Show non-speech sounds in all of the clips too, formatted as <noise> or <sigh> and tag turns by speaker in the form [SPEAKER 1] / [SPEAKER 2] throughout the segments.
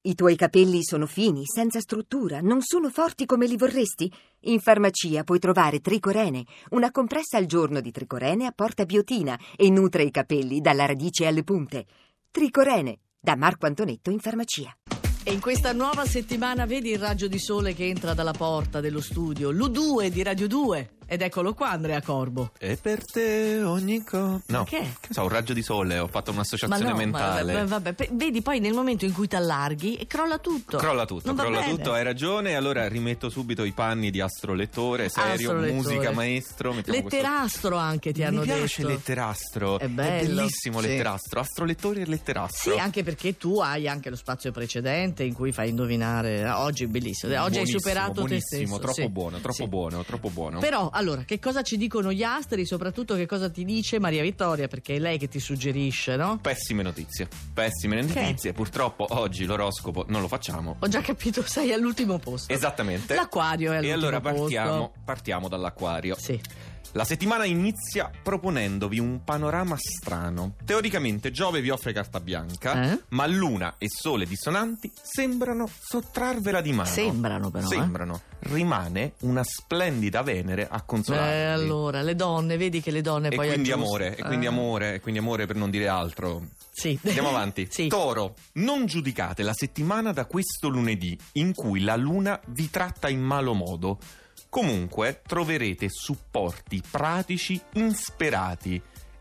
[SPEAKER 1] I tuoi capelli sono fini, senza struttura, non sono forti come li vorresti. In farmacia puoi trovare Tricorene, una compressa al giorno di Tricorene apporta biotina e nutre i capelli dalla radice alle punte. Tricorene, da Marco Antonetto in farmacia.
[SPEAKER 2] E in questa nuova settimana vedi il raggio di sole che entra dalla porta dello studio, l'U2 di Radio 2. Ed eccolo qua Andrea Corbo.
[SPEAKER 3] E per te ogni cosa. No.
[SPEAKER 2] Che?
[SPEAKER 3] Che so, un raggio di sole, ho fatto
[SPEAKER 2] Ma
[SPEAKER 3] un'associazione
[SPEAKER 2] no,
[SPEAKER 3] mentale.
[SPEAKER 2] ma- ma- vabbè, pe- vedi poi nel momento in cui ti allarghi e crolla tutto.
[SPEAKER 3] Crolla tutto,
[SPEAKER 2] Non va
[SPEAKER 3] crolla
[SPEAKER 2] bene.
[SPEAKER 3] tutto, hai ragione. Allora rimetto subito i panni di astrolettore, serio,
[SPEAKER 2] Astrolettore.
[SPEAKER 3] musica maestro. mettiamo questo-
[SPEAKER 2] Letterastro anche ti
[SPEAKER 3] Mi
[SPEAKER 2] hanno
[SPEAKER 3] piace
[SPEAKER 2] detto.
[SPEAKER 3] letterastro.
[SPEAKER 2] È bello.
[SPEAKER 3] bellissimo
[SPEAKER 2] Sì.
[SPEAKER 3] letterastro, astrolettore e letterastro.
[SPEAKER 2] Sì, anche perché tu hai anche lo spazio precedente in cui fai indovinare. Ah, Oggi è bellissimo. Oggi hai
[SPEAKER 3] Buonissimo,
[SPEAKER 2] superato te
[SPEAKER 3] buonissimo,
[SPEAKER 2] stesso.
[SPEAKER 3] troppo
[SPEAKER 2] sì.
[SPEAKER 3] buono, troppo
[SPEAKER 2] Sì.
[SPEAKER 3] buono, troppo buono.
[SPEAKER 2] Però, allora, che cosa ci dicono gli astri? Soprattutto che cosa ti dice Maria Vittoria? Perché è lei che ti suggerisce, no?
[SPEAKER 3] Pessime notizie, pessime notizie. Purtroppo oggi l'oroscopo non lo facciamo.
[SPEAKER 2] Ho già capito, <laughs> sei all'ultimo posto.
[SPEAKER 3] Esattamente.
[SPEAKER 2] L'acquario è
[SPEAKER 3] E
[SPEAKER 2] all'ultimo
[SPEAKER 3] allora
[SPEAKER 2] posto.
[SPEAKER 3] partiamo, partiamo dall'acquario.
[SPEAKER 2] Sì.
[SPEAKER 3] La settimana inizia proponendovi un panorama strano. Teoricamente Giove vi offre carta bianca,
[SPEAKER 2] Eh?
[SPEAKER 3] ma luna e sole dissonanti sembrano sottrarvela di mano.
[SPEAKER 2] Sembrano però. eh.
[SPEAKER 3] Sembrano. Rimane una splendida Venere a consolarvi.
[SPEAKER 2] Eh, allora, le donne, vedi che le donne
[SPEAKER 3] E
[SPEAKER 2] poi
[SPEAKER 3] quindi
[SPEAKER 2] aggiust-
[SPEAKER 3] amore, e quindi
[SPEAKER 2] Eh,
[SPEAKER 3] amore, e quindi amore per non dire altro.
[SPEAKER 2] Sì. <laughs>
[SPEAKER 3] Andiamo avanti.
[SPEAKER 2] Sì.
[SPEAKER 3] Toro, non giudicate la settimana da questo lunedì in cui la luna vi tratta in malo modo. Comunque troverete supporti pratici insperati.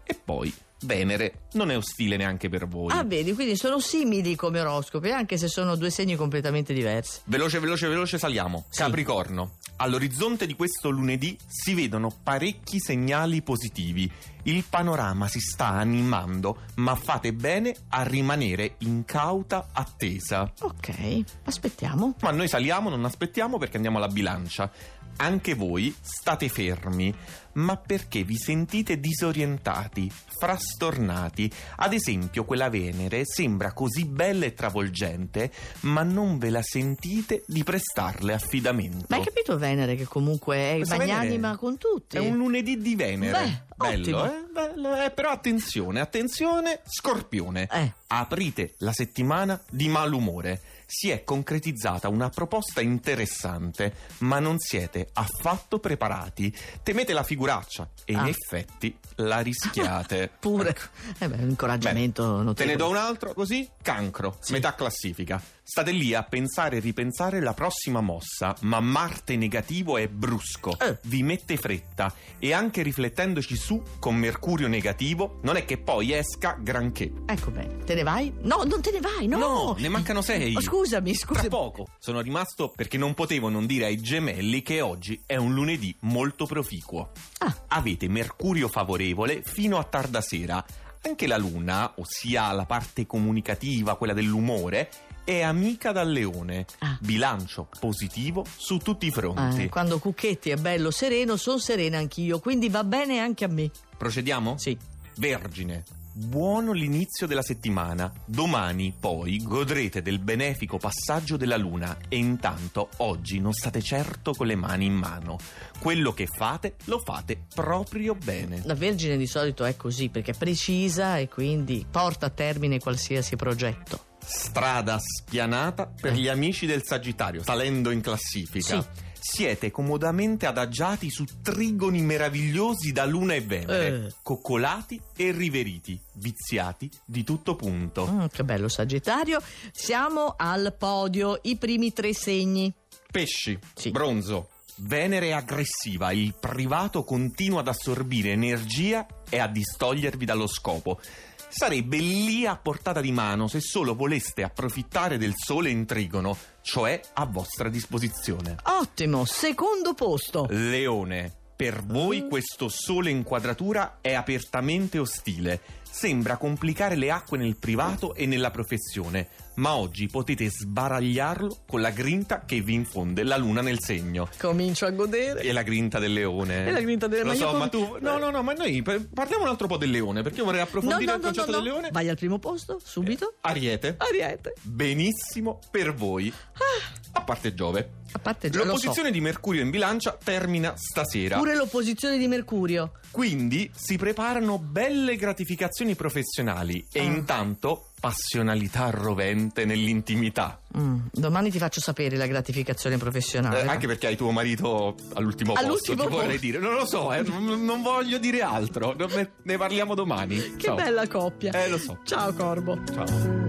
[SPEAKER 3] E poi Venere non è ostile neanche per voi.
[SPEAKER 2] Ah, vedi, quindi sono simili come oroscopi, anche se sono due segni completamente diversi.
[SPEAKER 3] Veloce, veloce, veloce saliamo.
[SPEAKER 2] Sì.
[SPEAKER 3] Capricorno. All'orizzonte di questo lunedì si vedono parecchi segnali positivi. Il panorama si sta animando, ma fate bene a rimanere in cauta attesa.
[SPEAKER 2] Ok, aspettiamo.
[SPEAKER 3] Ma noi saliamo, non aspettiamo perché andiamo alla bilancia. Anche voi state fermi, ma perché vi sentite disorientati, frastornati. Ad esempio, quella Venere sembra così bella e travolgente, ma non ve la sentite di prestarle affidamento.
[SPEAKER 2] Ma hai capito Venere che comunque è
[SPEAKER 3] Questa
[SPEAKER 2] magnanima
[SPEAKER 3] Esatto. Venere
[SPEAKER 2] con tutti?
[SPEAKER 3] È un lunedì di Venere.
[SPEAKER 2] Beh,
[SPEAKER 3] bello,
[SPEAKER 2] ottimo.
[SPEAKER 3] eh? Bello, eh? Però attenzione, attenzione, Scorpione.
[SPEAKER 2] Eh.
[SPEAKER 3] Aprite la settimana di malumore. Si è concretizzata una proposta interessante, ma non siete affatto preparati. Temete la figuraccia e in
[SPEAKER 2] Ah.
[SPEAKER 3] effetti la rischiate.
[SPEAKER 2] <laughs> Pure.
[SPEAKER 3] Ecco.
[SPEAKER 2] Eh beh, un incoraggiamento
[SPEAKER 3] Te
[SPEAKER 2] notevole.
[SPEAKER 3] ne do un altro così? Cancro,
[SPEAKER 2] Sì.
[SPEAKER 3] metà classifica. State lì a pensare e ripensare la prossima mossa, ma Marte negativo è brusco,
[SPEAKER 2] Eh.
[SPEAKER 3] vi mette fretta e anche riflettendoci su con Mercurio negativo non è che poi esca granché.
[SPEAKER 2] Ecco bene, te ne vai? No, non te ne vai, no!
[SPEAKER 3] ne mancano sei.
[SPEAKER 2] Oh, scusami,
[SPEAKER 3] Tra
[SPEAKER 2] scusami.
[SPEAKER 3] poco sono rimasto perché non potevo non dire ai gemelli che oggi è un lunedì molto proficuo.
[SPEAKER 2] Ah.
[SPEAKER 3] Avete Mercurio favorevole fino a tarda sera. Anche la Luna, ossia la parte comunicativa, quella dell'umore, è amica dal leone.
[SPEAKER 2] Ah.
[SPEAKER 3] Bilancio positivo su tutti i fronti.
[SPEAKER 2] Eh, quando Cucchetti è bello sereno, sono serena anch'io, quindi va bene anche a me.
[SPEAKER 3] Procediamo?
[SPEAKER 2] Sì.
[SPEAKER 3] Vergine. Buono l'inizio della settimana. Domani poi godrete del benefico passaggio della luna e intanto oggi non state certo con le mani in mano. Quello che fate lo fate proprio bene.
[SPEAKER 2] La Vergine di solito è così perché è precisa e quindi porta a termine qualsiasi progetto.
[SPEAKER 3] Strada spianata per gli amici del Sagittario, salendo in classifica.
[SPEAKER 2] Sì.
[SPEAKER 3] Siete comodamente adagiati su trigoni meravigliosi da Luna e Venere,
[SPEAKER 2] Eh.
[SPEAKER 3] coccolati e riveriti, viziati di tutto punto.
[SPEAKER 2] Mm, che bello Sagittario. Siamo al podio, i primi tre segni.
[SPEAKER 3] Pesci,
[SPEAKER 2] Sì.
[SPEAKER 3] bronzo. Venere è aggressiva, il privato continua ad assorbire energia e a distogliervi dallo scopo. Sarebbe lì a portata di mano se solo voleste approfittare del sole in trigono, cioè a vostra disposizione.
[SPEAKER 2] Ottimo, secondo posto.
[SPEAKER 3] Leone, per voi questo sole in quadratura è apertamente ostile. Sembra complicare le acque nel privato e nella professione, ma oggi potete sbaragliarlo con la grinta che vi infonde la luna nel segno.
[SPEAKER 2] Comincio a godere.
[SPEAKER 3] E la grinta del leone.
[SPEAKER 2] E la grinta del-
[SPEAKER 3] Lo
[SPEAKER 2] ma eh. io
[SPEAKER 3] so,
[SPEAKER 2] come-
[SPEAKER 3] ma tu. No, no, no, ma noi per- parliamo un altro po' del leone, perché io vorrei approfondire il concetto del leone. Eh. Ah,
[SPEAKER 2] Vai al primo posto, subito.
[SPEAKER 3] Ariete.
[SPEAKER 2] Ariete.
[SPEAKER 3] Benissimo per voi. A parte Giove.
[SPEAKER 2] Ah, A parte già, Eh, lo so.
[SPEAKER 3] L'opposizione di Mercurio in bilancia termina stasera.
[SPEAKER 2] Pure l'opposizione di Mercurio.
[SPEAKER 3] Quindi si preparano belle gratificazioni professionali e
[SPEAKER 2] Ah.
[SPEAKER 3] intanto passionalità rovente nell'intimità.
[SPEAKER 2] Mm, Domani ti faccio sapere la gratificazione professionale.
[SPEAKER 3] Eh, anche perché hai tuo marito all'ultimo, posto,
[SPEAKER 2] Ah, All'ultimo
[SPEAKER 3] ti vorrei
[SPEAKER 2] posto.
[SPEAKER 3] dire. Non lo so, eh, non non voglio dire altro. Ne ne parliamo domani.
[SPEAKER 2] Che
[SPEAKER 3] Ciao.
[SPEAKER 2] bella coppia.
[SPEAKER 3] Eh, lo so.
[SPEAKER 2] Ciao Corbo.
[SPEAKER 3] Ciao.